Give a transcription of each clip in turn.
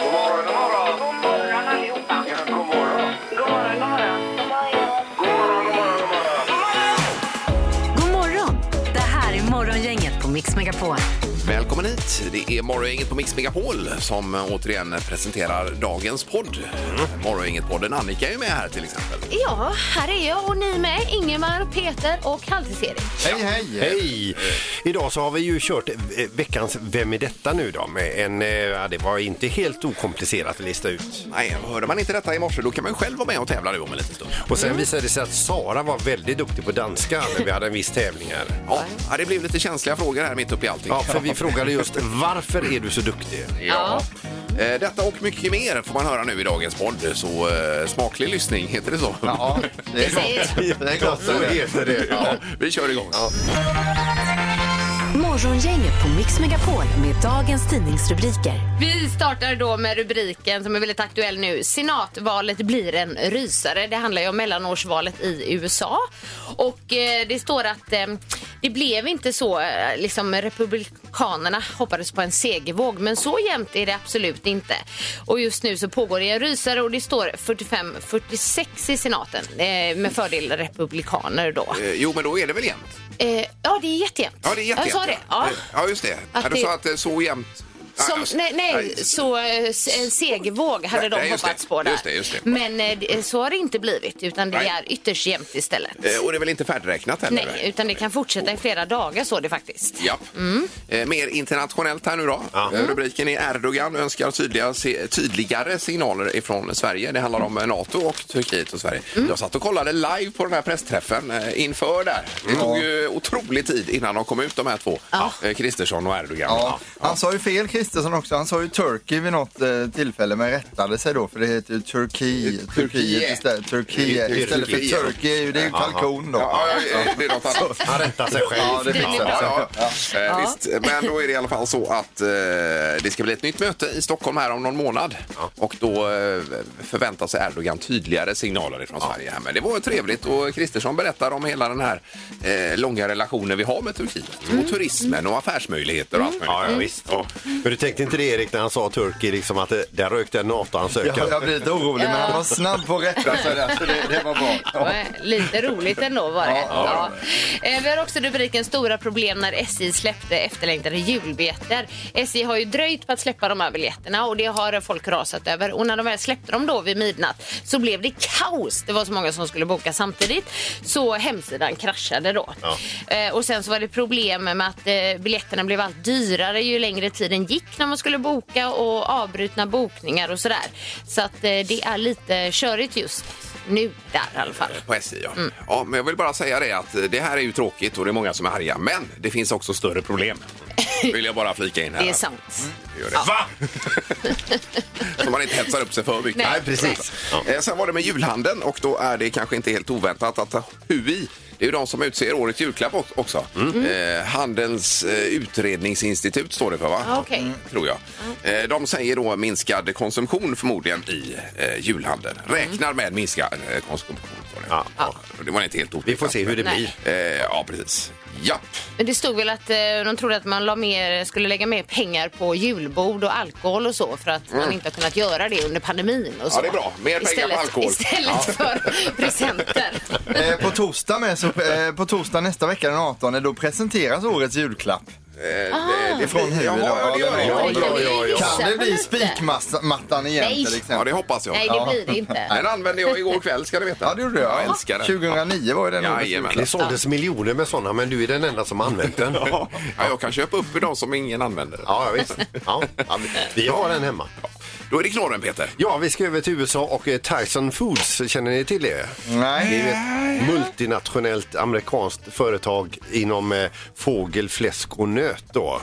God morgon, god morgon. God morgon allihopa. Ja, god morgon. God morgon, god morgon. God morgon, god morgon, god morgon. God morgon! Det här är Morgongänget på Mix Megapol. Välkommen hit! Det är Morgongänget på Mix Megapol som återigen presenterar dagens podd. Mm. Morgongänget-podden. Annika är ju med här till exempel. Ja, här är jag och ni med. Ingemar, Peter och Halvtids-Erik. Hej, hej! Hej! Idag så har vi ju kört eh, veckans Vem är detta nu då? Med en, eh, ja, det var inte helt okomplicerat att lista ut. Nej, hörde man inte detta i morse då kan man ju själv vara med och tävla nu om en liten stund. Och sen visade det sig att Sara var väldigt duktig på danska när vi hade en viss tävling här. Ja, ja, det blev lite känsliga frågor här mitt uppe i allting. Ja, för vi frågade just varför är du så duktig? Ja. Eh, Detta och mycket mer får man höra nu i dagens podd. Så eh, smaklig lyssning, heter det så? Ja, det är gott. Det är gott. Så heter det. Ja, vi kör igång. Morgongänget på Mix Megapol med dagens tidningsrubriker. Vi startar då med rubriken som är väldigt aktuell nu. Senatvalet blir en rysare. Det handlar ju om mellanårsvalet i USA. Och eh, det står att eh, det blev inte så, eh, liksom republikanerna hoppades på en segervåg, men så jämnt är det absolut inte. Och just nu så pågår det en rysare och det står 45-46 i senaten eh, med fördel republikaner då. Eh, Jo, men då är det väl jämnt? Eh, ja, det är jättejämnt. Ja, det är jättejämnt. Jag sa det. Ja, Ja. ja just det. Att ja, du det- sa att det är så jämnt. Som, just- nej, nej, så eh, s- en segervåg hade Nej, de just hoppats det, på där. just det, just det. Men eh, det- så har det inte blivit utan det Nej. är ytterst jämnt istället. Eh, Och det är väl inte färdigräknat heller? Nej, utan det kan fortsätta i flera dagar så det faktiskt. Ja. Eh, mer internationellt här nu då. Eh, Rubriken är Erdogan önskar tydliga, se, tydligare signaler ifrån Sverige. Det handlar om eh, NATO och Turkiet och Sverige. Jag satt och kollade live på den här pressträffen eh, inför där. Det tog ju otrolig tid innan de kom ut de här två. Ja. Eh, Kristersson och Erdogan. Ja, han sa ju fel Kristersson också. Han sa ju Turkey vid något eh, tillfälle men rättade sig då för det heter ju Turki, Turkiet istället, Turkiet istället för Turkiet. Turkey. är ju- Det är ju kalkon då. Ja, ja, ja, det är något annat. Han rättar sig själv. Ja, det Den fixar är bra. sig. Ja, ja. Eh, Visst. Men då är det i alla fall så att eh, det ska bli ett nytt möte i Stockholm här om någon månad. Och då eh, förväntar sig Erdogan tydligare signaler från Sverige. här. Men det var trevligt och Kristersson berättar om hela den här eh, långa relationen vi har med Turkiet. Mm. Och turismen och affärsmöjligheter och allt möjligt. Ja, ja, visst. Men du tänkte inte det Erik när han sa turkey liksom att det, där rökte en Jag, NATO-ansökan? jag blir lite orolig men han var snabb på att rätta sig där så det, det var bra. Det var Eh, Lite roligt ändå var det. Ja. Eh, Vi har också rubriken Stora problem när SJ släppte efterlängtade julbiljetter. SJ har ju dröjt på att släppa de här biljetterna och det har folk rasat över. Och när de väl släppte dem då vid midnatt så blev det kaos. Det var så många som skulle boka samtidigt så hemsidan kraschade då. Eh, Och sen så var det problem med att eh, biljetterna blev allt dyrare ju längre tiden gick när man skulle boka och avbrutna bokningar och sådär. Så att eh, det är lite körigt just nu där i alla fall. På SJ, ja. Mm. ja. Men jag vill bara säga det att eh, det här är ju tråkigt och det är många som är arga. Men det finns också större problem. Vill jag bara flika in här. Det är sant. Gör det. Va? Så man inte hetsar upp sig för mycket. Nej, Nej, precis. Eh, Sen var det med julhandeln och då är det kanske inte helt oväntat att HUI det är ju de som utser årets julklapp o- också. Mm. Eh, Handels eh, utredningsinstitut står det för, va? Ja, okej. Mm. Tror jag. Eh, de säger då minskad konsumtion förmodligen i eh, julhandeln. Mm. Räknar med minskad eh, konsumtion. står det. Ja. Ja. Det var inte helt oväntat. Vi får se hur det Nej. blir. Eh, ja, precis. Japp. Men det stod väl att eh, de trodde att man la mer, skulle lägga mer pengar på julbord och alkohol och så för att man inte har kunnat göra det under pandemin. Och så. Mm. det är bra. Mer pengar på istället, alkohol. Istället för presenter. Eh, på, torsdag med, så, eh, på torsdag nästa vecka den 18 då presenteras årets julklapp. Eh, Ah. det- det- Från HUI Jaha, då. ja, det gör det. Ja, det gör det. ja, ja. Kan det bli spikmattan igen Nej. till Ja, exempel? det hoppas jag. Nej, det blir det inte. Den använde jag igår kväll ska du veta. Ja, det gjorde jag. Jag älskar den. 2009 var ju den årets Jajamän. julklapp. Det såldes miljoner med sådana men du är den enda som har använt den. Ja, jag kan köpa upp i de som ingen använder. Ja, visst. Ja. Ja, vi- Vi har en hemma. Då är det knorren Peter. Ja, vi ska över till USA och eh, Tyson Foods, känner ni till det? Det är ju Nej. ett multinationellt amerikanskt företag inom eh, fågel, fläsk och nöt. Då.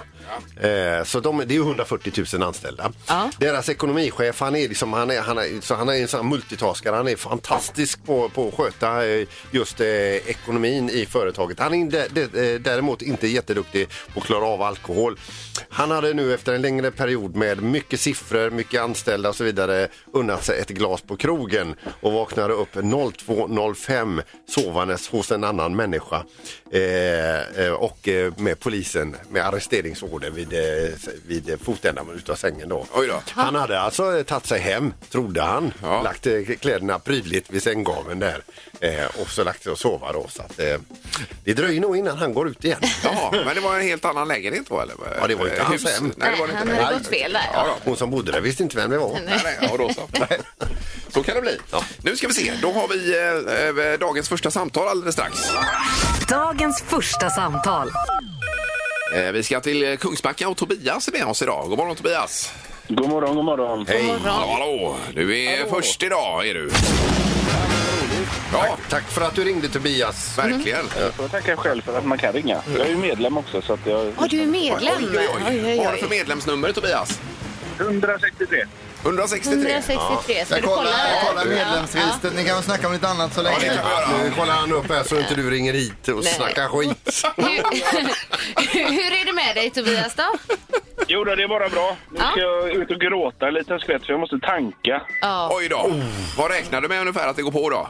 Eh, så de, det är ju 140 000 anställda. Ja. Deras ekonomichef, han är, liksom, han är, han är, så han är en sån här multitaskare. Han är fantastisk på, på att sköta eh, just eh, ekonomin i företaget. Han är dä- dä- eh, däremot inte jätteduktig på att klara av alkohol. Han hade nu efter en längre period med mycket siffror, mycket anställda och så vidare unnat sig ett glas på krogen och vaknade upp 02.05 sovandes hos en annan människa eh, eh, och eh, med polisen med arresteringsord trädgården vid, eh, vid eh, fotändan utav sängen då. Oj då. Han hade alltså eh, tagit sig hem, trodde han. Ja. Lagt eh, kläderna prydligt vid sänggaveln där. Eh, och så lagt sig och sova då. Så att, eh, det dröjer nog innan han går ut igen. Ja, men det var en helt annan lägenhet då eller? Ja, det var ju inte Eh, hans hem. Nej, det var det Nej, inte. han hade Nej. gått fel där. Ja, då. Hon som bodde där visste inte vem det var. Nej, nej, ja, då så. så kan det bli. Nu ska vi se, då har vi eh, eh, dagens första samtal alldeles strax. Dagens första samtal. Eh, vi ska till eh, Kungsbacka och Tobias är med oss idag. God morgon Tobias! God morgon, god morgon. Hej! Hallå, hallå! Du är först idag är du. Ja, Tack, tack för att du ringde Tobias. verkligen. Mm. Jag tackar själv för att man kan ringa. Mm. Jag är ju medlem också så att jag... Ja, du är medlem. Oj, oj, oj. Vad har du för medlemsnummer Tobias? 163. 163? 163. Ska Jag du kolla? kollar, jag där? kollar Ja, medlemsregistret. Ni kan väl snacka om lite annat så länge. det kan vi Ja, Nu kollar han upp här så inte du ringer hit och Nej. snackar skit. ja. Hur, hur är det med dig Tobias då? Jo då, det är bara bra. Nu Ja. ska jag ut och gråta en liten skvätt för jag måste tanka. Ja. Oj då! Vad räknar du med ungefär att det går på då?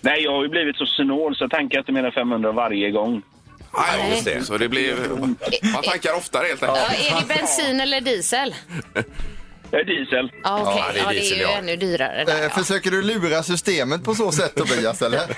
Nej, jag har ju blivit så snål så jag tankar inte mer än 500 varje gång. Nej, just det. Så det blir... Man tankar oftare helt Ja, enkelt. är det bensin eller diesel? Jag är diesel. Ja, okej. Ja, det är Ja, det är diesel, ju ja. ännu dyrare. Eh, Där, ja. Försöker du lura systemet på så sätt Tobias eller?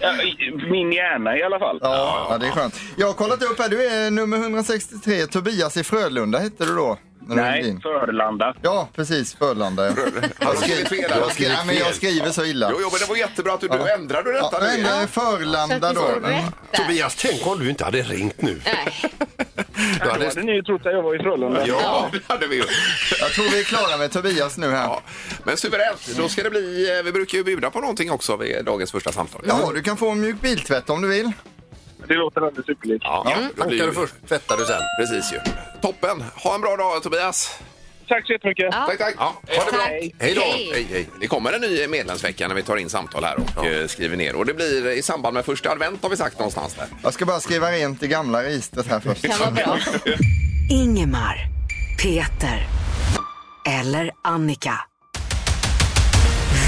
Ja, i- Min hjärna i alla fall. Ja, ja, det är skönt. Jag har kollat upp här, du är nummer 163. Tobias i Frölunda hette du då? När du ringde Nej, in. Förlanda. Ja, precis. Frölunda. ja. Har du skrivit fel Jag, där? skri- nej, men jag skriver så illa. Jo, jo, men det var jättebra att du, du ändrade du Ja, detta nu. men eh, Så Förlanda att vi då. Mm. får rätt där. Tobias, tänk om du inte hade ringt nu. Nej. Du Då hade... hade ni ju trott att jag var i Frölunda. Ja, det hade vi ju. Jag tror vi är klara med Tobias nu här. Ja. Men suveränt. Då ska det bli... eh, Vi brukar ju bjuda på någonting också vid dagens första samtal. Ja, du kan få en mjuk biltvätt om du vill. Det låter alldeles ypperligt. ja. Det blir Tankar ju... du först, tvättar du sen. Precis ju. Toppen. Ha en bra dag Tobias. Tack så jättemycket. Ja. Tack, tack. Ja, Ha det bra. Tack. Hej då! Hej. Hej, hej. Det kommer en ny medlemsvecka när vi tar in samtal här och eh, skriver ner. Och det blir i samband med första advent har vi sagt någonstans där. Jag ska bara skriva rent det gamla registret här först. Kan vara bra. Ingemar, Peter eller Annika.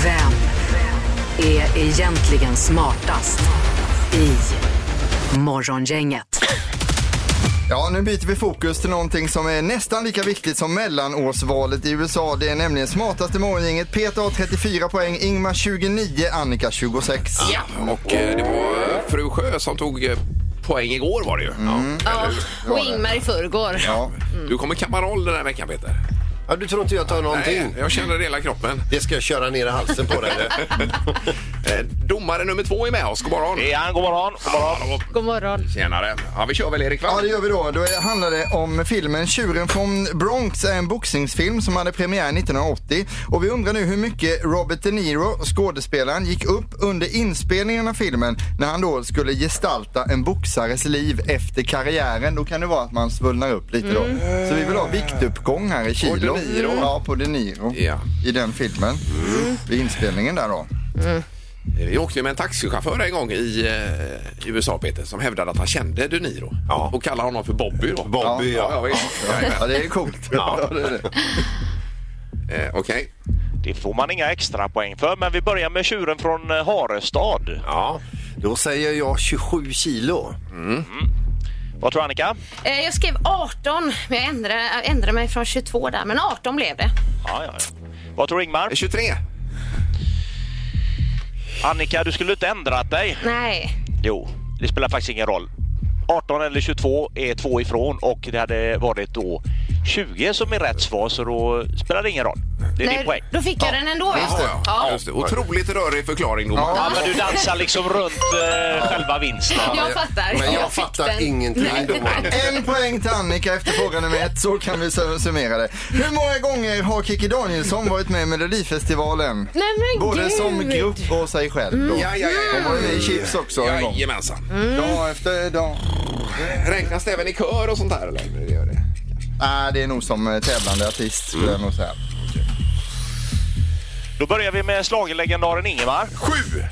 Vem är egentligen smartast i Morgongänget? Ja, nu byter vi fokus till någonting som är nästan lika viktigt som mellanårsvalet i USA. Det är nämligen smartaste morgongänget. Peter har 34 poäng, Ingmar 29, Annika 26. Och eh, det var eh, fru Sjö som tog eh, poäng igår var det ju. Ja, och Ingmar i förrgår. Ja, Du kommer Camarol den här veckan Peter. Ja, du tror inte jag tar någonting? Nej, jag känner det i hela kroppen. Det ska jag köra ner i halsen på dig. eller? Eh, Domare nummer två är med oss. God morgon. Ja, god morgon. God morgon. Hallå. God morgon. Tjenare. Ja, vi kör väl Erik va? Ja, det gör vi då. Då är- handlar det om filmen Tjuren från Bronx, är en boxningsfilm som hade premiär 1980. Och vi undrar nu hur mycket Robert De Niro, skådespelaren, gick upp under inspelningen av filmen när han då skulle gestalta en boxares liv efter karriären. Då kan det vara att man svullnar upp lite då. Så vi vill ha viktuppgång här i kilo. Mm. De Niro. Ja, på De Niro. Ja. Mm. I den filmen. Vid inspelningen där då. Eh, Vi åkte ju med en taxichaufför en gång i, eh, i USA Peter som hävdade att han kände De Niro Ja. och kallade honom för Bobby då. Bobby, Ja, ja, ja. visst. Jajamän. Ja, det är coolt. Ja. det är det. Eh, Okej. Det får man inga extra poäng för, men vi börjar med tjuren från eh, Harestad. Ja, då säger jag 27 kilo. Vad tror Annika? Eh, Jag skrev 18, men jag ändrade, jag ändrade mig från 22 där. Men 18 blev det. Ja, ja, ja. Vad tror Ingmar? 23. Annika, du skulle inte ändrat dig. Nej. Jo, det spelar faktiskt ingen roll. 18 eller 22 är två ifrån och det hade varit då 20 som är rätt svar, så då spelar det ingen roll. Det är Nej, din poäng. Då fick jag den ändå. Just det. Ja. Just det. Otroligt rörig förklaring domare. Ja, men du dansar liksom runt eh, själva vinsten. Jag fattar. Men jag, fick fattar den. ingenting. domaren. En poäng till Annika efter fråga nummer ett, så kan vi sum- summera det. Hur många gånger har Kikki Danielsson varit med i Melodifestivalen? Nej men Både gud. Mm. som grupp och sig själv. Då. Ja, ja, ja. Mm. Hon var ju med i Chips också en gång. Jajamensan. Dag efter dag. Mm. Räknas det även i kör och sånt där eller? Det gör det. Nej, det är nog som eh, tävlande artist skulle jag nog säga. Då börjar vi med schlagerlegendaren Ingemar. Sju!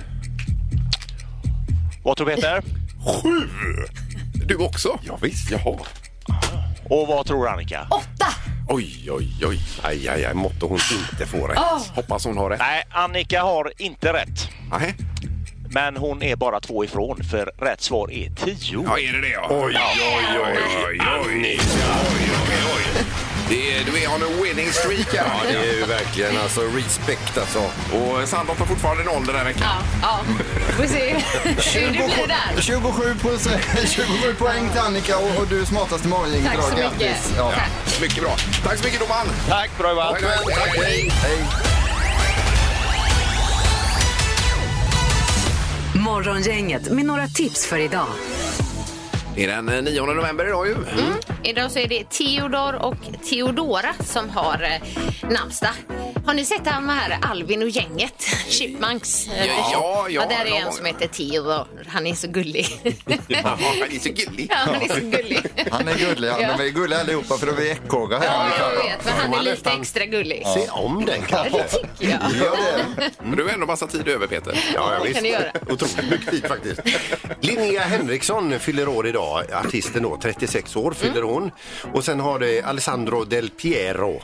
Vad tror Peter? Sju! Du också? Ja, visst. Jaha. Och vad tror Annika? Åtta. Oj, oj, oj. Aj, aj, aj, Ah. måtte hon inte få rätt. Hoppas hon har rätt. Ah. Nej, Annika har inte rätt. Nej. Men hon är bara två ifrån, för rätt svar är tio. Ja, är det det ja? Oj, oj, oj, oj, oj, oj. Det är, du är on a winning streak här. Det är ju verkligen alltså respekt alltså. Och Sandholt har fortfarande noll den här veckan. Ja, ja. Får se hur det blir där. 27, procent, 27 poäng till Annika och, och du är smartast i morgongänget Tack så idag. mycket. Grattis. Ja. Tack. Mycket bra. Tack så mycket domaren. Tack, bra jobbat! Tack, tack, hej. Morgongänget med några tips för idag. Det är den eh, 9 november idag ju. Mm. Idag så är det Theodor och Theodora som har eh, namnsdag. Har ni sett han här Alvin och gänget? Chipmunks. eh, Ja, ja, där någon är en gång. som heter Theodor. Han är så gullig. Ja, det är så gulligt. ja, han är så gullig. Han är gullig, han. Ja. men vi är gulliga allihopa för då är vi ekorrar Ja, här. jag vet. Men han är Man lite nästan- extra gullig. Se om den Ja, kanske. det tycker jag. Gör det. Men du har ändå massa tid över Peter. Ja, Det kan du göra. Otroligt mycket tid faktiskt. Linnea Henriksson fyller år idag. Artisten då, 36 år fyller hon. Och sen har det Alessandro Del Piero.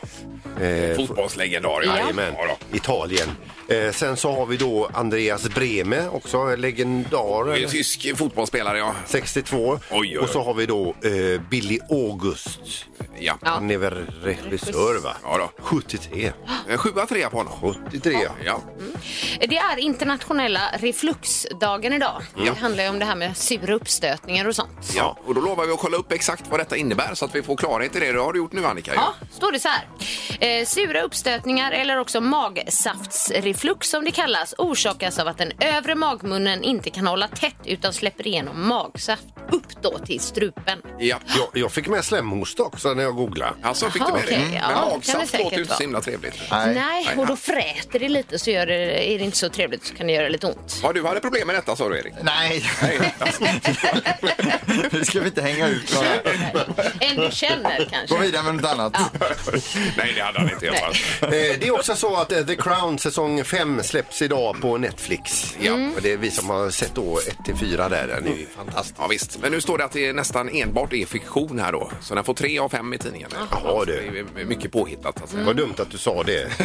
Eh, Fotbollslegendar. Ja. Jajamän, Ja, då. Italien. Eh, sen så har vi då Andreas Brehme, också legendar. Det är en Tysk fotbollsspelare, ja. 62. oj, oj. Och så har vi då eh, Billy August. ja. Ja. Han är väl regissör, va? Ja då. 73. Eh, Sjua, trea på honom. 73, ja. Ja. Mm. Det är internationella refluxdagen idag. Ja. Det handlar ju om det här med sura uppstötningar och sånt. Ja, och då lovar vi att kolla upp exakt vad detta innebär så att vi får klarhet i det. Det har du gjort nu Annika. ju. Ja, står det så här. Eh, sura uppstötningar eller också magsaftsreflux som det kallas orsakas av att den övre magmunnen inte kan hålla tätt utan släpper igenom magsaft upp då till strupen. ja. Jag, jag fick med slemhosta också när jag googlade. Alltså fick Jaha, du med okej. det? Ja, Men kan det magsaft säkert låter ju inte vara. så himla trevligt. Nej. Nej, och då fräter det lite så gör det, är det inte så trevligt så kan det göra lite ont. Ja, du hade problem med detta sa du Erik. Nej, nu ska vi inte hänga ut några. En du känner Gå kanske. vidare med något annat. Nej, det hade han inte i alla fall. Eh, Det är också så att eh, The Crown säsong 5 släpps idag på Netflix. Ja, Mm. och det är vi som har sett då 1 till 4 där. Den är ju fantastisk. Ja, visst. Men nu står det att det är nästan enbart är fiktion här då. Så den får tre av fem i tidningen. Jaha, du. Det är mycket påhittat. Alltså. Mm. Vad dumt att du sa det. Eh,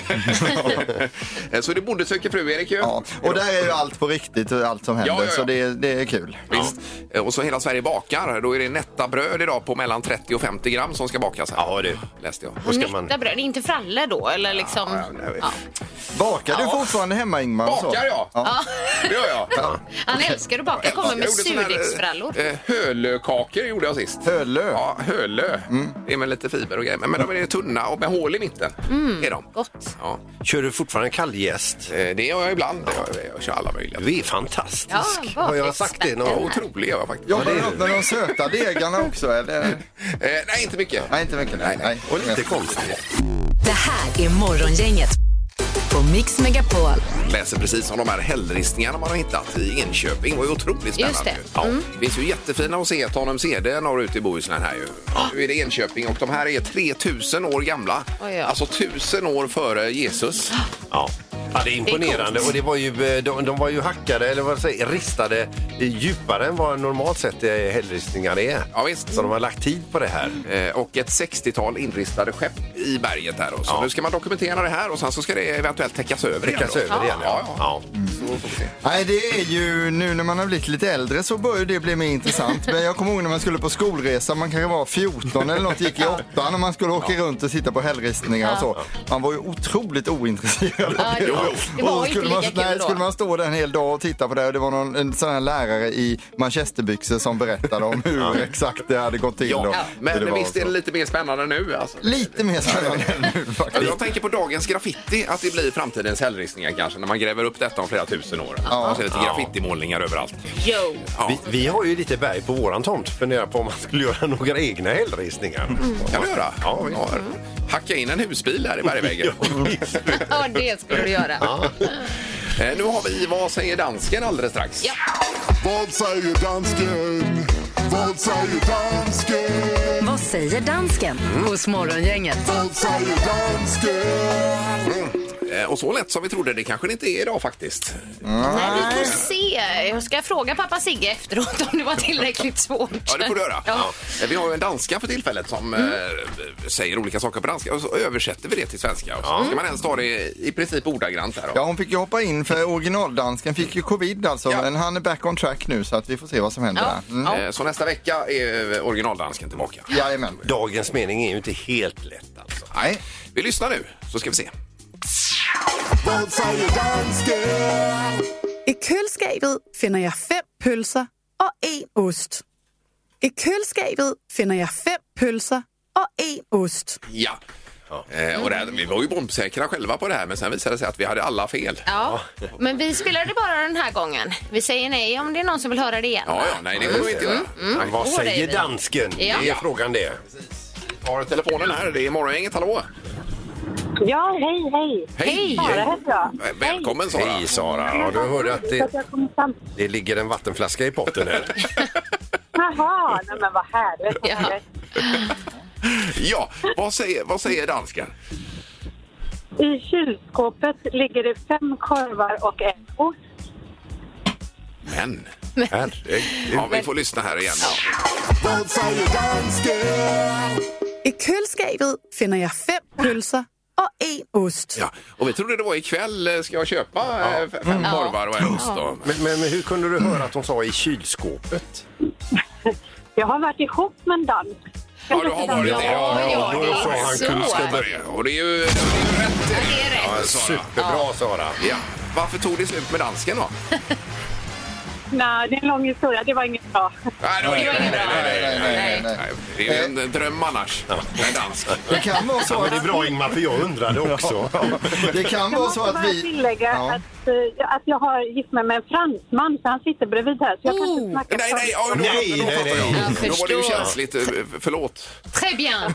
Så det är Bonde söker fru, Erik. Ju. Ja. Och där är ju allt på riktigt och allt som händer, Ja, ja, ja. så det, det är kul. Visst. Eh, Och så Hela Sverige bakar. Då är det netta bröd idag på mellan 30 och 50 gram som ska bakas. Här. Ja, du. Läste jag. Då ska man... Netta bröd, inte fralle då eller liksom? Ja. Bakar du fortfarande hemma, Ingmar? och så? Bakar jag? Ja. Det gör jag. Han älskar att baka, kommer med surdegsfrallor. eh, hölökakor gjorde jag sist. Hölö? Mm. Ja, hölö. Det är med lite fiber och grejer. Men, men de är tunna och med hål i mitten. Är de. Mm, Gott. Ja, Kör du fortfarande kalljäst? eh, det gör jag ibland. Jag, jag kör alla möjliga. Du är fantastisk. Ja, vad har jag expert. sagt det någon Ja, gång? otrolig gör jag faktiskt. Jobbar du något med de söta degarna också? Eller? Eh, nej, inte mycket. Nej, inte mycket. Nej, nej. Och lite konstigt. Det här är Morgongänget på Mix Megapol. Läser precis om de här hällristningarna man har hittat i Enköping. Det var ju otroligt spännande. Just det. Mm. ju. Ja. Det finns ju jättefina hos er, Tanum CD norrut i Bohuslän här ju. Ah. Nu är det Enköping och de här är 3000 år gamla. Oj, ja. Ah. Alltså 1000 år före Jesus. Ja. Ja, det är imponerande. och det var ju, eh, de, de var ju hackade, eller vad säger ristade eh, djupare än vad normalt sett eh, hällristningar är. Ja, visst. Så de har lagt tid på det här. Eh, och ett 60-tal inristade skepp i berget här. Då. Så Ja. nu ska man dokumentera det här och sen så ska det eventuellt täckas över igen Prickas då. över igen. Ja, Mm. ja. Ja. Så får vi se. Nej, det är ju nu när man har blivit lite äldre så börjar det bli mer intressant. Men jag kommer ihåg när man skulle på skolresa, man kanske var 14 eller något, gick i åttan och man skulle åka runt och titta på hällristningar och så. Man var ju otroligt ointresserad. Ja, det var- det var Och inte skulle man, lika kul nej, då. skulle man stå där en hel dag och titta på det och det var någon en sån här lärare i manchesterbyxor som berättade om hur exakt det hade gått till. och Ja. hur Men var visst och är så. det lite mer spännande nu alltså. Lite mer spännande än nu Ja, faktiskt. Jag tänker på dagens graffiti, att det blir framtidens hällristningar kanske när man gräver upp detta om flera tusen år. Ja. Man ser lite graffitimålningar överallt. Yo! Ja. Vi, vi har ju lite berg på våran tomt. Funderar på om man skulle göra några egna hällristningar. kan vi göra. Mm. Ja, ja. Hacka in en husbil här i bergväggen. Ja, det skulle du göra. Eh, Nu har vi Vad säger dansken alldeles strax. Ja. Vad säger dansken? Vad säger dansken? Vad säger dansken hos Morgongänget? Vad säger dansken? Eh, Eh, Och så lätt som vi trodde, det kanske det inte är idag faktiskt. Nej, vi får se. Jag ska fråga pappa Sigge efteråt om det var tillräckligt svårt. Ja, det får du göra. Ja. Mm. Eh, Vi har ju en danska för tillfället som eh, säger olika saker på danska och så översätter vi det till svenska. Och så ska man ens ta det i princip ordagrant här. då. Ja, hon fick ju hoppa in för originaldansken fick ju covid alltså, Ja. men han är back on track nu så att vi får se vad som händer. Ja. där. Mm. Ja. Eh, Så nästa vecka är eh, originaldansken tillbaka. Jajamän. Dagens mening är ju inte helt lätt alltså. Nej. Vi lyssnar nu, så ska vi se. Vad säger dansken? I kylskåpet finner jag fem pölser och en ost. I kylskåpet finner jag fem pölser och en ost. Ja. Eh, och det här, vi var ju bombsäkra själva på det här men sen visade det sig att vi hade alla fel. Ja, men vi spelar det bara den här gången. Vi säger nej om det är någon som vill höra det igen. Ja, ja, nej det får vi inte göra. Men Mm, vad Åh, säger David. dansken? Ja. Det är frågan det. Har telefonen här, det är morgongänget, hallå! Ja, hej, hej. Hej! Sara heter jag. Eh, Välkommen Sara! Hej Sara, ja, du hörde att det, Att jag kom fram. det ligger en vattenflaska i potten här. Jaha, nej men vad härligt. Ja. Ja, vad säger, vad säger dansken? I kylskåpet ligger det fem korvar och en ost. Men, Herregud. ja vi får lyssna här igen. Vad säger dansken? I kylskåpet finner jag fem pölser och en ost. Ja. Och vi trodde det var ikväll, eh, ska jag köpa eh, f- fem korvar och en ost då? Men, men hur kunde du höra att hon sa i kylskåpet? Jag har varit ihop med en dansk. Ja, du har varit det. Ja, Ja, ja, det då sa är han så. kunskap. det. Och det är ju det är ju rätt det. Det är rätt. Ja, Sara. superbra Sara. Ja. Varför tog det slut med dansken då? Nej, det är en lång historia. Det var inget bra. Nej, det var inget bra. Nej, nej, nej, Nej, nej. nej. Nej, Det är ju en dröm annars, med dansk. Det kan vara så Ja, men det är att, bra Ingmar, för jag undrade också. det kan Jag vara måste så bara att vi... tillägga Ja. att, eh, att jag har gift mig med en fransman så han sitter bredvid här. Så jag kan inte snacka Nej, nej, ja, då, Nej, då, då nej, fattar nej. jag. Jag Då var det ju förstår. känsligt. eh, f- Förlåt. Très bien!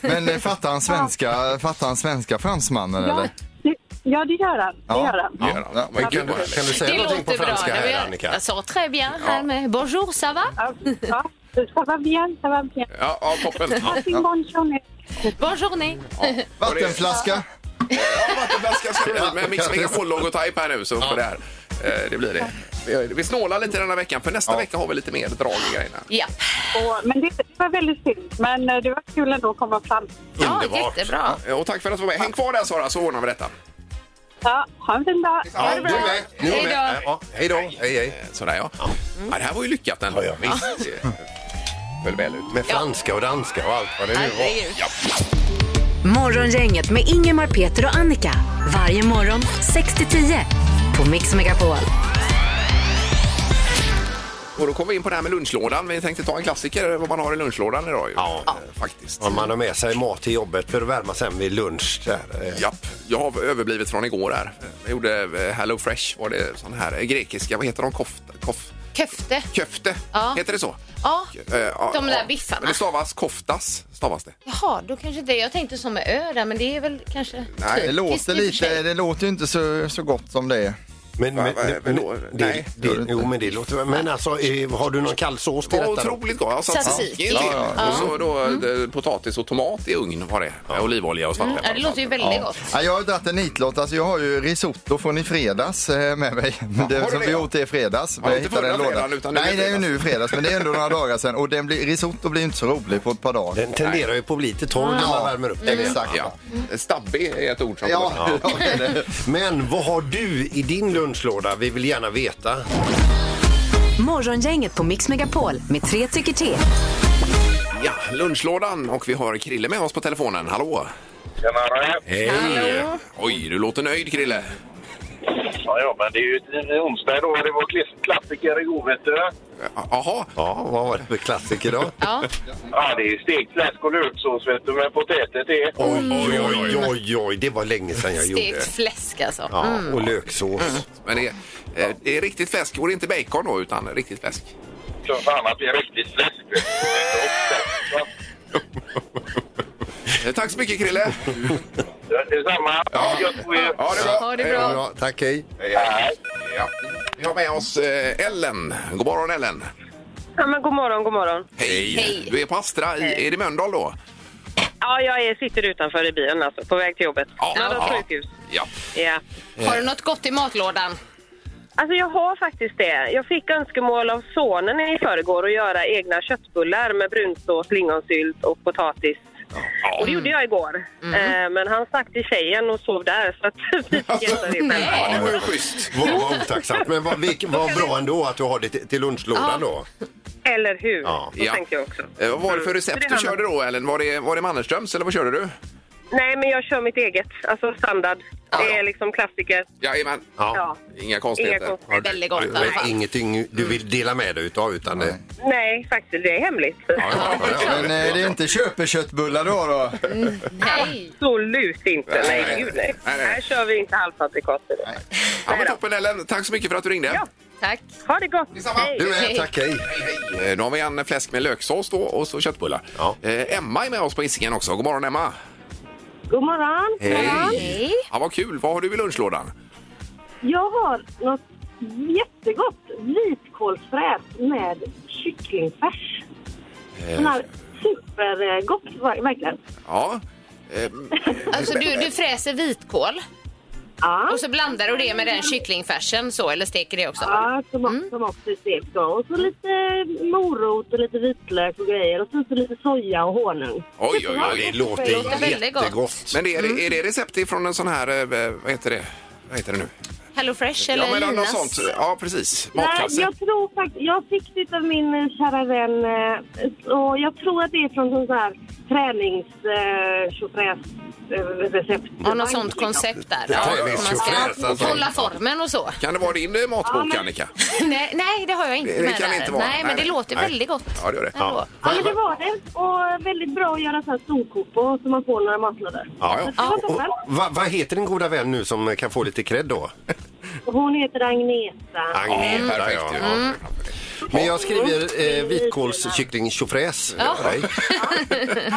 Men eh, fattar han svenska, fattar han svenska fransmannen Ja, eller? det, ja, det gör han. Det Ja. gör han. Ja, ja, men tack. gud vad Kan härligt. du säga Det någonting på låter bra. franska Det var här jag- Annika? Jag sa très bien här med. Bonjour, ça va? Ja, ja. Ça va bien, ça va bien. Ja, ja, toppen. Ja, Passez une bonne journée. Bonjour ni. Vattenflaska. vattenflaska ska det bli med Mix Megapol-logotyp här nu så får det här. Eh, Det blir det. Vi- Vi snålar lite denna veckan för nästa vecka har vi lite mer drag i grejerna. Ja, Och, men det, det var väldigt synd. Men eh, det var kul ändå att komma fram. ja Underbart. jättebra. Eh, Och tack för att du var med. Häng kvar där Sara så ordnar vi detta. Ja, ha en fin dag. Ja, du är med. Du är Hej då. med. Ja, Hej då. Hej, hej. Eh, Sådär ja. ja. Det här var ju lyckat ändå. Ja, ja, visst. Höll väl ut. Med franska och danska och allt vad det nu var. Herregud. Morgongänget med Ingemar, Peter och Annika. Varje morgon 6 till 10 på Mix Megapol. Och då kom vi in på det här med lunchlådan. Vi tänkte ta en klassiker, vad man har i lunchlådan idag ju. Ja. Eh, Faktiskt. Om man har med sig mat till jobbet för att värma sen vid lunch. Där. eh, Japp, jag har överblivit från igår här. Jag gjorde eh, Hello Fresh, var det sån här eh, grekiska, vad heter de? Kofta, kof, Köfte. köfte, Ja. heter det så? Ja, Eh, ja, de där ja. biffarna. Det stavas koftas, stavas det. Jaha, då kanske inte. Jag tänkte som med ö där, men det är väl kanske... Nej, Det Visst, i låter och för lite, sig. det låter ju inte så, så gott som det är. Men, men, Va- va- men, då- det, nej, det, gör det inte. jo, men det låter... Men alltså, eh, har du någon kall sås till Det var detta? då? otroligt gott. Alltså, Jag Tzatziki. tzatziki till. Ja, typ. Och så då eh, potatis och tomat i ugn var det. Med olivolja och svartpeppar. Ja, det och låter ju sånt. väldigt gott. Ja, jag har dragit en nitlott. Alltså, jag har ju risotto från i fredags eh, med mig. Det, har du som det? vi åt det i fredags. Ja, Jag inte hittade förra en låda. fredagen, utan nu i Nej, det är ju fredags. nu i fredags. Men det är ändå några dagar sedan. Och den blir, risotto blir ju inte så rolig på ett par dagar. Den tenderar ju på att bli lite torr när man värmer upp den. igen. Exakt. Ja. Stabbi är ett ord som Ja, kommer. ja, det är det. Men vad har du i din lunchlåda? Vi vill gärna veta. Morgongänget på Mix Megapol med tre tycker till. ja, lunchlådan och vi har Krille med oss på telefonen. Hallå! Tjenare! Hej! Oj, du låter nöjd Krille. Ja, ja, men det är ju en onsdag idag. Det var klis- klassiker igår, vet du. Jaha, Ja, vad var det för klassiker då? Ja, Ja, det är stekt fläsk och löksås, vet du, med potäter till. Oj, oj, oj, oj, oj, det var länge sedan jag gjorde. Mm. stekt fläsk alltså. Ja, Mm. och löksås. men det är, eh, det är riktigt fläsk. Och det är inte bacon då, utan riktigt fläsk. Så fan att det är riktigt fläsk, vet du. Eh, Tack så mycket Krille! Ja, Detsamma! Gött på er! Ja, det var. Ha det Ja, bra. bra, tack, hej. Ja. Vi har med oss eh, Ellen. God morgon Ellen! Ja, men god morgon, god morgon. Hej! Hej. Du är på Astra. I, är det Mölndal då? Ja, jag är, sitter utanför i bilen alltså, på väg till jobbet. Ja, Något ja. sjukhus. Ja. Ja. Har du något gott i matlådan? Alltså jag har faktiskt det. Jag fick önskemål av sonen i förrgår att göra egna köttbullar med brunsås, lingonsylt och potatis. Och det gjorde jag igår. Eh, men han stack till tjejen och sov där så att vi fick äta det själva. Ja, det var ju schysst. Vad vad otacksamt. Men vad, vilk, vad bra ändå att du har det till, till lunchlådan då. Eller hur? Ja. Så tänkte jag också. Eh, Vad var det för recept du körde då, Ellen? Var det, var det Mannerströms eller vad körde du? Nej, men jag kör mitt eget. Alltså standard. Det är liksom klassiker. Jajamän. Ja. Ja. Inga Inga konstigheter. konstigheter. Väldigt gott. Du, va? det är ingenting du vill dela med dig utav utan det... Nej, faktiskt. Det är hemligt. Ja, ja, ja. Men eh, det är inte köpeköttbullar då? då. Nej. Absolut inte. Nej, Nej, gud nej. nej, nej. Här kör vi inte halvfabrikat. i det. Ja, men toppen Ellen, tack så mycket för att du ringde. Ja. Tack. Ha det gott! Detsamma. Du med, tack hej. Eh, Då har vi en fläsk med löksås då och så köttbullar. Ja. Eh, Emma är med oss på Hisingen också. God morgon Emma! God morgon! Hej. Ja, vad kul! Vad har du i lunchlådan? Jag har något jättegott vitkålsfräs med kycklingfärs. Sån här supergott ver- verkligen. Eh, Ja. Eh, Alltså du, du fräser vitkål Ja, och så blandar du det med den kycklingfärsen så, eller steker det också? ja Mm. tomat, tomater stekt då. Och så lite morot och lite vitlök och grejer. Och sen så lite soja och honung. oj, oj, Ja, oj. det Det låter låter väldigt gott. jättegott. Men är, det- är det recept ifrån en sån här, eh, vad heter det? Vad heter det nu? Hello Fresh eller ja, men något Linas? sånt. Ja, precis. Nej, Matkasse. jag tror faktiskt... Jag fick det av min eh, kära vän eh, och jag tror att det är från sån här eh, träningstjofräs-recept. Har något sånt koncept där. Det Ja, är visst man tjofräs, ska alltså. hålla formen och så. Kan det vara din eh, matbok, Ja, men- Annika? Nej, nej det har jag inte Det- det med kan där. inte vara. Nej, Nej, men det nej. låter Nej. väldigt gott. Ja, det gör det. Ändå. Ja, men det var det. Och väldigt bra att göra så här storkok på som man får några matlådor. Ja, Det var Och, toppen. va, vad heter din goda vän nu som kan få lite cred då? Hon heter Agneta. Agneta, perfekt Mm. ja. Mm. ju. Men jag skriver eh, vitkålskyckling-tjofräs. Ja. Nej. Ja, precis.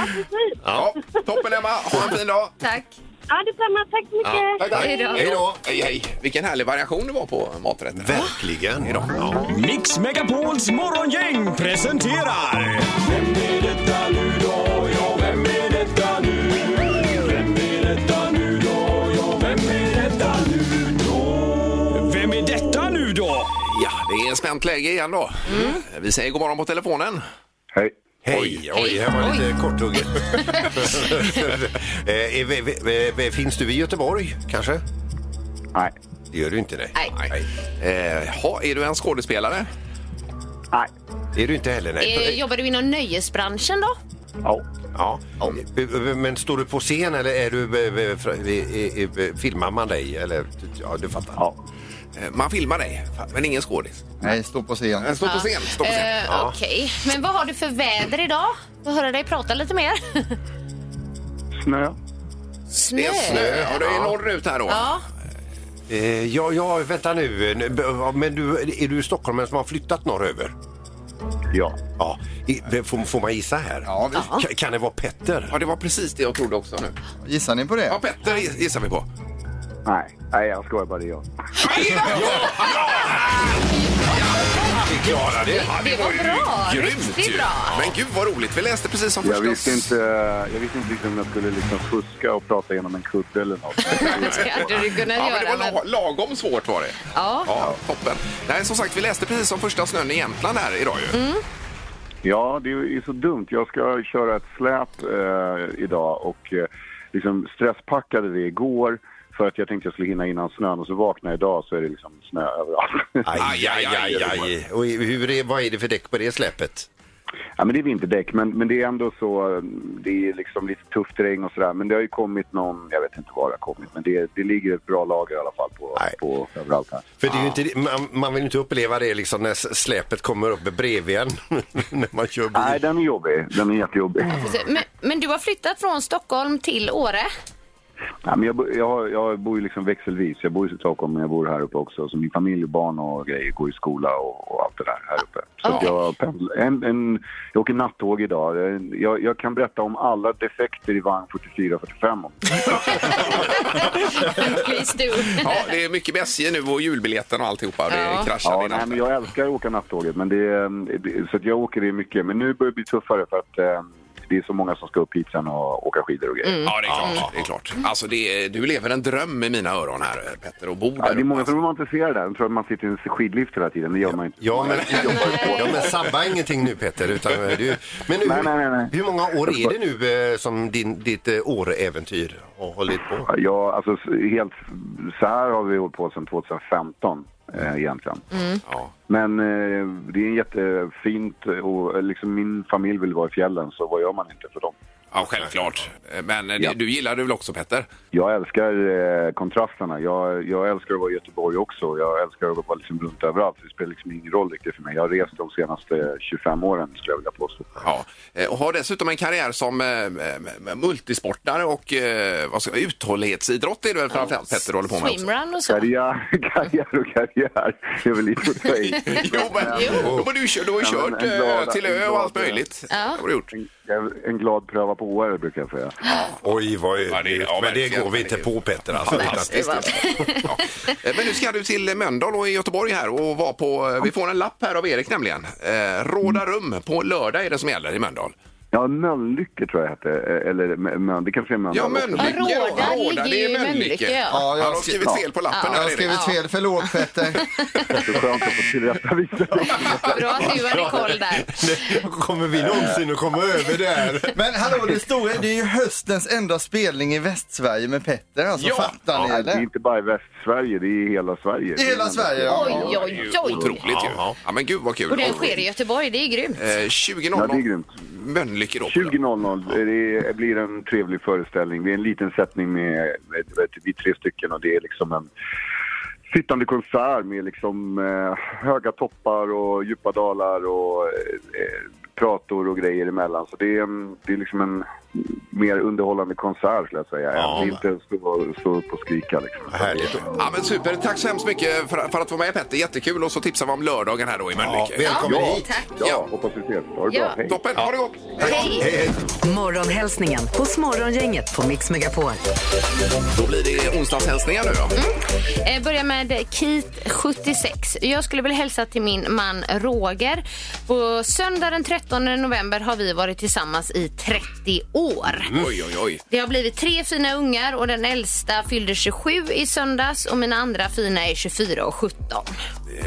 Ja, toppen Emma, ha en fin dag! Tack. Ja, detsamma. Tack så mycket. Tack, tack. Hej då. Hej då! Hej, hej! Vilken härlig variation det var på maträtten. Verkligen. Ja. Mix Megapols morgongäng presenterar... Vem är detta nu då? Ja, det är spänt läge igen då. Eh, Vi säger god morgon på telefonen. Hej. Hej, oj, här var lite korthugget. eh, är vi- vi- vi- vi- finns du i Göteborg kanske? Nej. Det gör du inte nej. Nej. Eh, ha, är du en skådespelare? Nej. Det är du inte heller Eh, nej. jobbar du inom nöjesbranschen då? Ja. Ja. Men står du på scen eller är du, eh, fra- eh, eh, eh, filmar man dig? Eller, ja, du fattar. Ja. Eh, Man filmar dig, men ingen skådis. Nej, stå på scen. Men Stå på scen. Stå på scen. Eh, Okej, men vad har du för väder idag? Får höra dig prata lite mer. Snö. Snö. Det är snö. Ja, det är norrut här då. Ja. Eh, ja, ja, vänta nu. Nu, b- Men du, är du stockholmare som har flyttat norröver? Ja. Ja. I- v- Får, får man gissa här? Ja, vi- Ka- Kan det vara Petter? Ja, det var precis det jag trodde också nu. Gissar ni på det? Ja, Petter giss- gissar vi på. Nej. Nej, jag skojar bara. Det är jag. Vi klarar det. Det var bra. Riktigt ju. bra. Men gud vad roligt. Vi läste precis som Jag första- visste inte, jag visste inte liksom om jag skulle liksom fuska och prata genom en kudde eller något. Det hade du kunnat Ja, men det var göra. Men... la- lagom svårt var det. Ja. Ja, toppen. Nej, som sagt, vi läste precis som första snön i Jämtland här idag ju. Mm. Ja, det är så dumt. Jag ska köra ett släp eh, idag och eh, liksom stresspackade det igår för att jag tänkte jag skulle hinna innan snön och så vaknade jag idag så är det liksom snö överallt. Aj, aj, aj, aj. Och hur är, vad är det för däck på det släpet? ja, men det är vinterdäck men, men det är ändå så, eh, det är liksom lite tuff terräng och sådär men det har ju kommit någon, jag vet inte var det har kommit men det, det ligger ett bra lager i alla fall på, Nej. på överallt här. För det är ju inte, man, man vill ju inte uppleva det liksom när s- släpet kommer upp bredvid en när man kör bil. Nej, den är jobbig. Den är jättejobbig. Men, men du har flyttat från Stockholm till Åre. Ja, men jag, bo- jag, har- jag bor ju liksom växelvis. Jag bor i Stockholm men jag bor här uppe också. Så min familj och barn och grejer går i skola och, och allt det där här uppe. Så att jag, pendlar- en, en, jag åker nattåg idag. Jag, jag kan berätta om alla defekter i vagn 44 och 45. Please do. Ja, det är mycket med SJ nu och julbiljetten och alltihopa. Det Ja. kraschar Ja, i nej, natten. men jag älskar att åka nattåget men det, är- det, så att jag åker det mycket. Men nu börjar det bli tuffare för att eh, det är så många som ska upp hit sen och åka skidor och grejer. Mm. Ja, det är Mm. klart. Det är klart. Alltså, det är, du lever en dröm i mina öron här, Petter, och bor Ja, där det är många uppe, som är intresserade där. De tror att man sitter i en skidlift hela tiden. Det gör man inte. Ja men, ja, men sabba ingenting nu Peter. Utan eh, du, men nu, Nej, nej, nej, nej. hur många år är det nu eh, som din, ditt eh, Åre-äventyr har hållit på? Ja, alltså s- helt så här har vi hållit på sedan 2015 eh, egentligen. Ja. Men eh, det är jättefint och eh, liksom min familj vill vara i fjällen så vad gör man inte för dem? Ja, självklart. Men eh, det- Ja. du gillar det väl också, Petter? Jag älskar eh, kontrasterna. Jag, jag älskar att vara i Göteborg också. Jag älskar att vara liksom runt överallt. Det spelar liksom ingen roll riktigt för mig. Jag har rest de senaste 25 åren skulle jag vilja påstå. Ja. Eh, Och har dessutom en karriär som eh, eh, multisportare och eh, vad ska, uthållighetsidrott är det väl framförallt Petter håller på med också? Swimrun och så. Karriär, karriär och karriär. Det är väl lite att ta i. Jo, men jo, men du, kör- du har ju Ja, men kört en glad- eh, till en ö och glad, allt eh, möjligt. Ja. Det har du gjort. En, en glad pröva på år brukar jag säga. Oj vad Ja, det- ja, Men det verkligen. går vi inte på Peter alltså. Fantastiskt. Ja. Eh, Men nu ska du till Mölndal och i Göteborg här och vara på, eh, vi får en lapp här av Erik nämligen. Eh, Råda rum på lördag är det som gäller i Mölndal. Ja, Mölnlycke tror jag hette. eh, Eller Mö- Mö- det kanske är Mölndal Ja, också. Mölnlycke. Ja, Råda ligger ju i Mölnlycke, ja. Ja, jag har skrivit Ja. fel på lappen Jag här har Erik. skrivit fel, förlåt Petter. Så skönt att få tillrättavisa det. Bra att du hade koll där. Kommer vi någonsin att komma över det här? Men hallå, det stora är- det är ju höstens enda spelning i Västsverige med Petter. Alltså, Ja. fattar ni Nej, Det är eller? inte bara i Västsverige, det är i hela Sverige. I hela Sverige, ja. Oj, oj, oj. Otroligt ju. Ja, men gud vad kul. Och den sker i Göteborg, det är grymt. Eh, 20.00 Ja, det är grymt. Mölnlycke då. på lördag. 20.00, det blir en trevlig föreställning. Det är en liten sättning med, med, med vi tre stycken och det är liksom en sittande konsert med liksom eh, höga toppar och djupa dalar och eh, eh, prator och grejer emellan. Så det är, en, det är liksom en mer underhållande konsert skulle jag säga. Ja, det är inte stå, stå upp och skrika liksom. Härligt. Ja, men super. Tack så hemskt mycket för, för att du var med Petter. Jättekul. Och så tipsar vi om lördagen här då i Ja, Mölnlycke. välkommen hit. Ja. Ja, hoppas vi ses. Ha det Ja. bra, hej. Toppen. Ha det gott. Hej, hej. Morgonhälsningen hos Morgongänget på Mix Megapol. Då blir det onsdagshälsningar nu då. Eh, börjar med Keith, 76. Jag skulle vilja hälsa till min man Roger. På söndag den 13 november har vi varit tillsammans i 30 år. Oj, oj, oj. Det har blivit tre fina ungar och den äldsta fyllde 27 i söndags och mina andra fina är 24 och 17.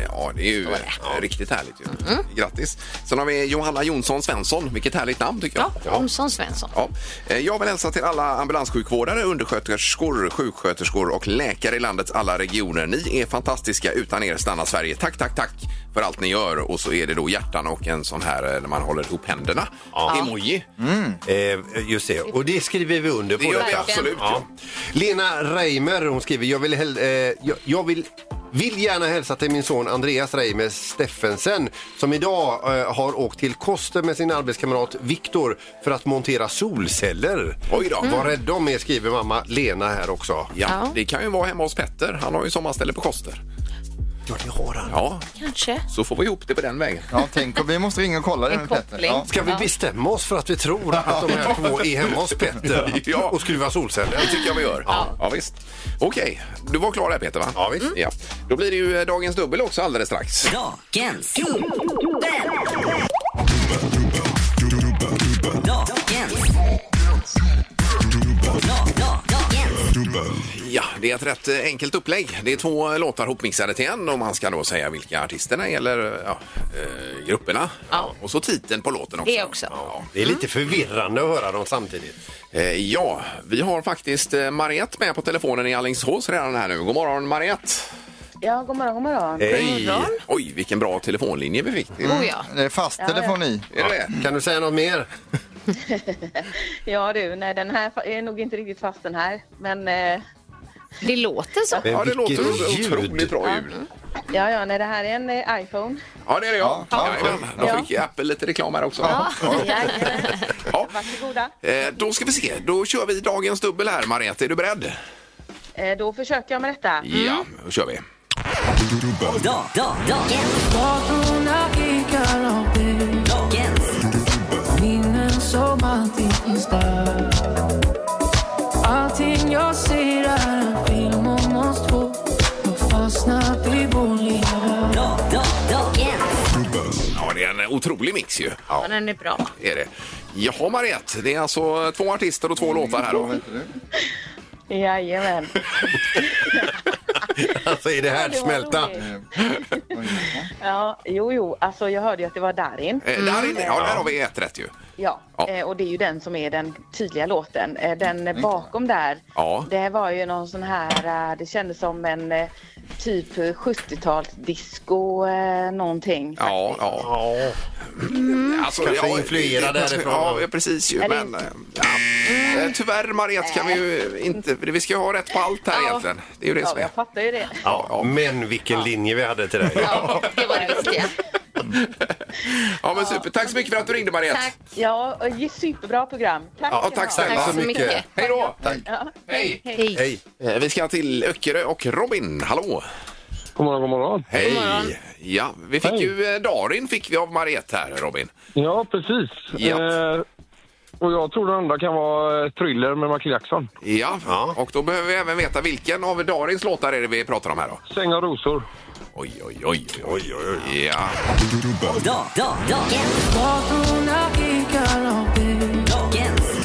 Ja, det är ju eh, riktigt härligt ju. Grattis. Sen har vi Johanna Jonsson Svensson. Vilket härligt namn tycker jag. Ja, Omsson Svensson. Ja. Eh, Jag vill hälsa till alla ambulanssjukvårdare, undersköterskor, sjuksköterskor och läkare i landets alla regioner. Ni är fantastiska. Utan er stannar Sverige. Tack, tack, tack för allt ni gör. Och så är det då hjärtan och en sån här eh, när man håller ihop händerna. Emoji. Eh, just det, och det skriver vi under på. Det gör vi detta. absolut, Ja. Lena Reimer hon skriver, jag vill, häl- eh, jag, jag vill vill gärna hälsa till min son Andreas Reimer Steffensen som idag eh, har åkt till Koster med sin arbetskamrat Viktor för att montera solceller. Oj då. Var rädd om er skriver mamma Lena här också. Ja, Ja. det kan ju vara hemma hos Petter. Han har ju sommarställe på Koster. Ja, det har han. Ja, Kanske. så får vi ihop det på den vägen. Ja, tänk och vi måste ringa och kolla det En med Petter. koppling. Ja. Ska vi Ja. bestämma oss för att vi tror att de här två är hemma hos Petter Ja. och skruvar solceller? Det tycker jag vi gör. Ja. visst. Okej, du var klar där Peter va? Ja, visst. Mm. Ja. Då blir det ju eh, dagens dubbel också alldeles strax. Dagens dubbel. Dagens. Da- da- Dagens. Ja, det är ett rätt eh, enkelt upplägg. Det är två eh, låtar hopmixade till en och man ska då säga vilka artisterna är eller ja, eh, grupperna. Ja. Och så titeln på låten också. Det också. Ja. Det är lite förvirrande att höra dem samtidigt. Eh, ja, vi har faktiskt eh, Mariette med på telefonen i Alingsås redan här nu. God morgon Mariette! Ja, god morgon, god morgon. Hej! Oj, vilken bra telefonlinje vi fick. Oh ja. Det är fast telefon i. Är det det? Kan du säga något mer? Ja du, nej den här fa- är nog inte riktigt fast den här. Men eh, Det låter så. Ja, det vilket låter ljud. otroligt bra ljud. ja, ja, nej det här är en eh, iPhone. Ja, det är det ja. Ja. Jajamän. Då fick ju Apple lite reklam här också. Ja. Varsågoda. Eh, Då ska vi se. Då kör vi dagens dubbel här, Mariette. Är du beredd? Eh, då försöker jag med detta. Ja, då kör vi. Da- da- Dagens. Dagens. Da- da- Dagens. Ja, det är en otrolig mix ju. Ja, den är bra. Är det. Jaha Mariette, det är alltså två artister och två Mm. låtar här då. Jajamän. Alltså är det här Ja, det var smälta? Ja, jo, jo. Alltså, jag hörde ju att det var Darin. Eh, Där inne, ja, där har Mm. vi ett rätt ju. Ja, Ja. Mm. eh, och det är ju den som är den tydliga låten. Eh, Den eh, bakom där, Ja. det var ju någon sån här, eh, det kändes som en eh, typ 70-talsdisco eh, någonting. Ja, ja. Alltså, Mm. Kanske ja, influerad ja, därifrån. Ja, precis ju. Eller Men, eh, ja. Eh, Tyvärr Mariette kan vi ju inte, vi ska ju ha rätt på allt här Ja. egentligen. Det är ju det Ja, som är. jag fattar ju det. Ja, men vilken linje vi hade till dig. Ja, det var det viktiga. Ja men super, tack så mycket för att du ringde Mariette. Tack. Ja, och ge- superbra program. Tack Ja, ska tack ni snälla. ha. Tack så mycket. Hej då! Ja. Hej. Hej. Hej. Eh, Vi ska till Öckerö och Robin, hallå! God morgon, god morgon. Hej! morgon. Ja, vi fick Hej. ju eh, Darin fick vi av Mariette här Robin. Ja, precis. Ja. Eh, och jag tror den andra kan vara eh, Thriller med Michael Jackson. Ja. Ja. och då behöver vi även veta vilken av Darins låtar är det vi pratar om här då? Säng av rosor. Oj, oj, oj, oj, oj, oj. Ja. Dag, dag, dagens. Dagens.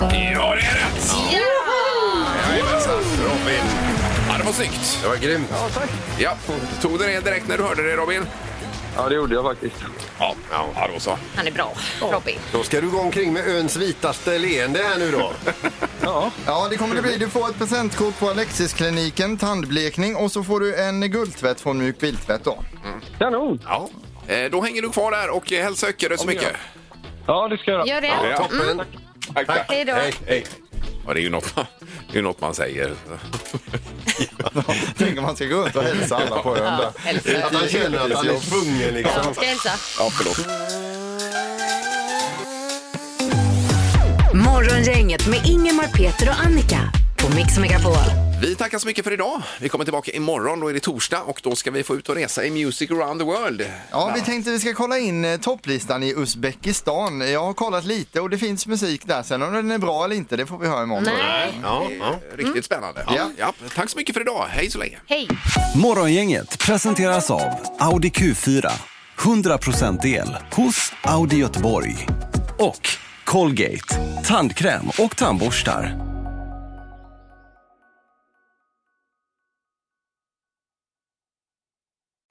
Ja, det är rätt! Jajamensan, Robin. Ja, det var snyggt. Det var grymt. Ja, tack. Ja, tog du det direkt när du hörde det Robin? Ja, det gjorde jag faktiskt. Ja, ja då så. Han är bra, Robin. Då ska du gå omkring med öns vitaste leende här nu då. Ja. Ja, det kommer det bli. Du får ett presentkort på Alexiskliniken, tandblekning och så får du en guldtvätt från Mjuk Biltvätt då. Kanon. Ja, Eh, Då hänger du kvar där och eh, hälsa Öckerö så mycket. Ja, det ska jag göra. Gör det. toppen. Tack, tack. Hej då. Hej, hej. Ja, det är ju något, man- det är ju något man säger. Tänk om man ska gå runt och hälsa alla på ön där. Ja, hälsa. Att han känner att han är tvungen liksom. Ska jag hälsa? Ja, förlåt. Morgongänget med Ingemar, Peter och Annika på Mix Megapol. Vi tackar så mycket för idag. Vi kommer tillbaka imorgon, då är det torsdag och då ska vi få ut och resa i Music around the world. Ja, vi tänkte vi ska kolla in eh, topplistan i Uzbekistan. Jag har kollat lite och det finns musik där. Sen om den är bra eller inte, det får vi höra imorgon. Nej. Ja, ja. Mm. Riktigt spännande. Ja. Ja. Ja. Tack så mycket för idag. Hej så länge. Hej. Morgongänget presenteras av Audi Q4. 100% el hos Audi Göteborg. Och Colgate. Tandkräm och tandborstar.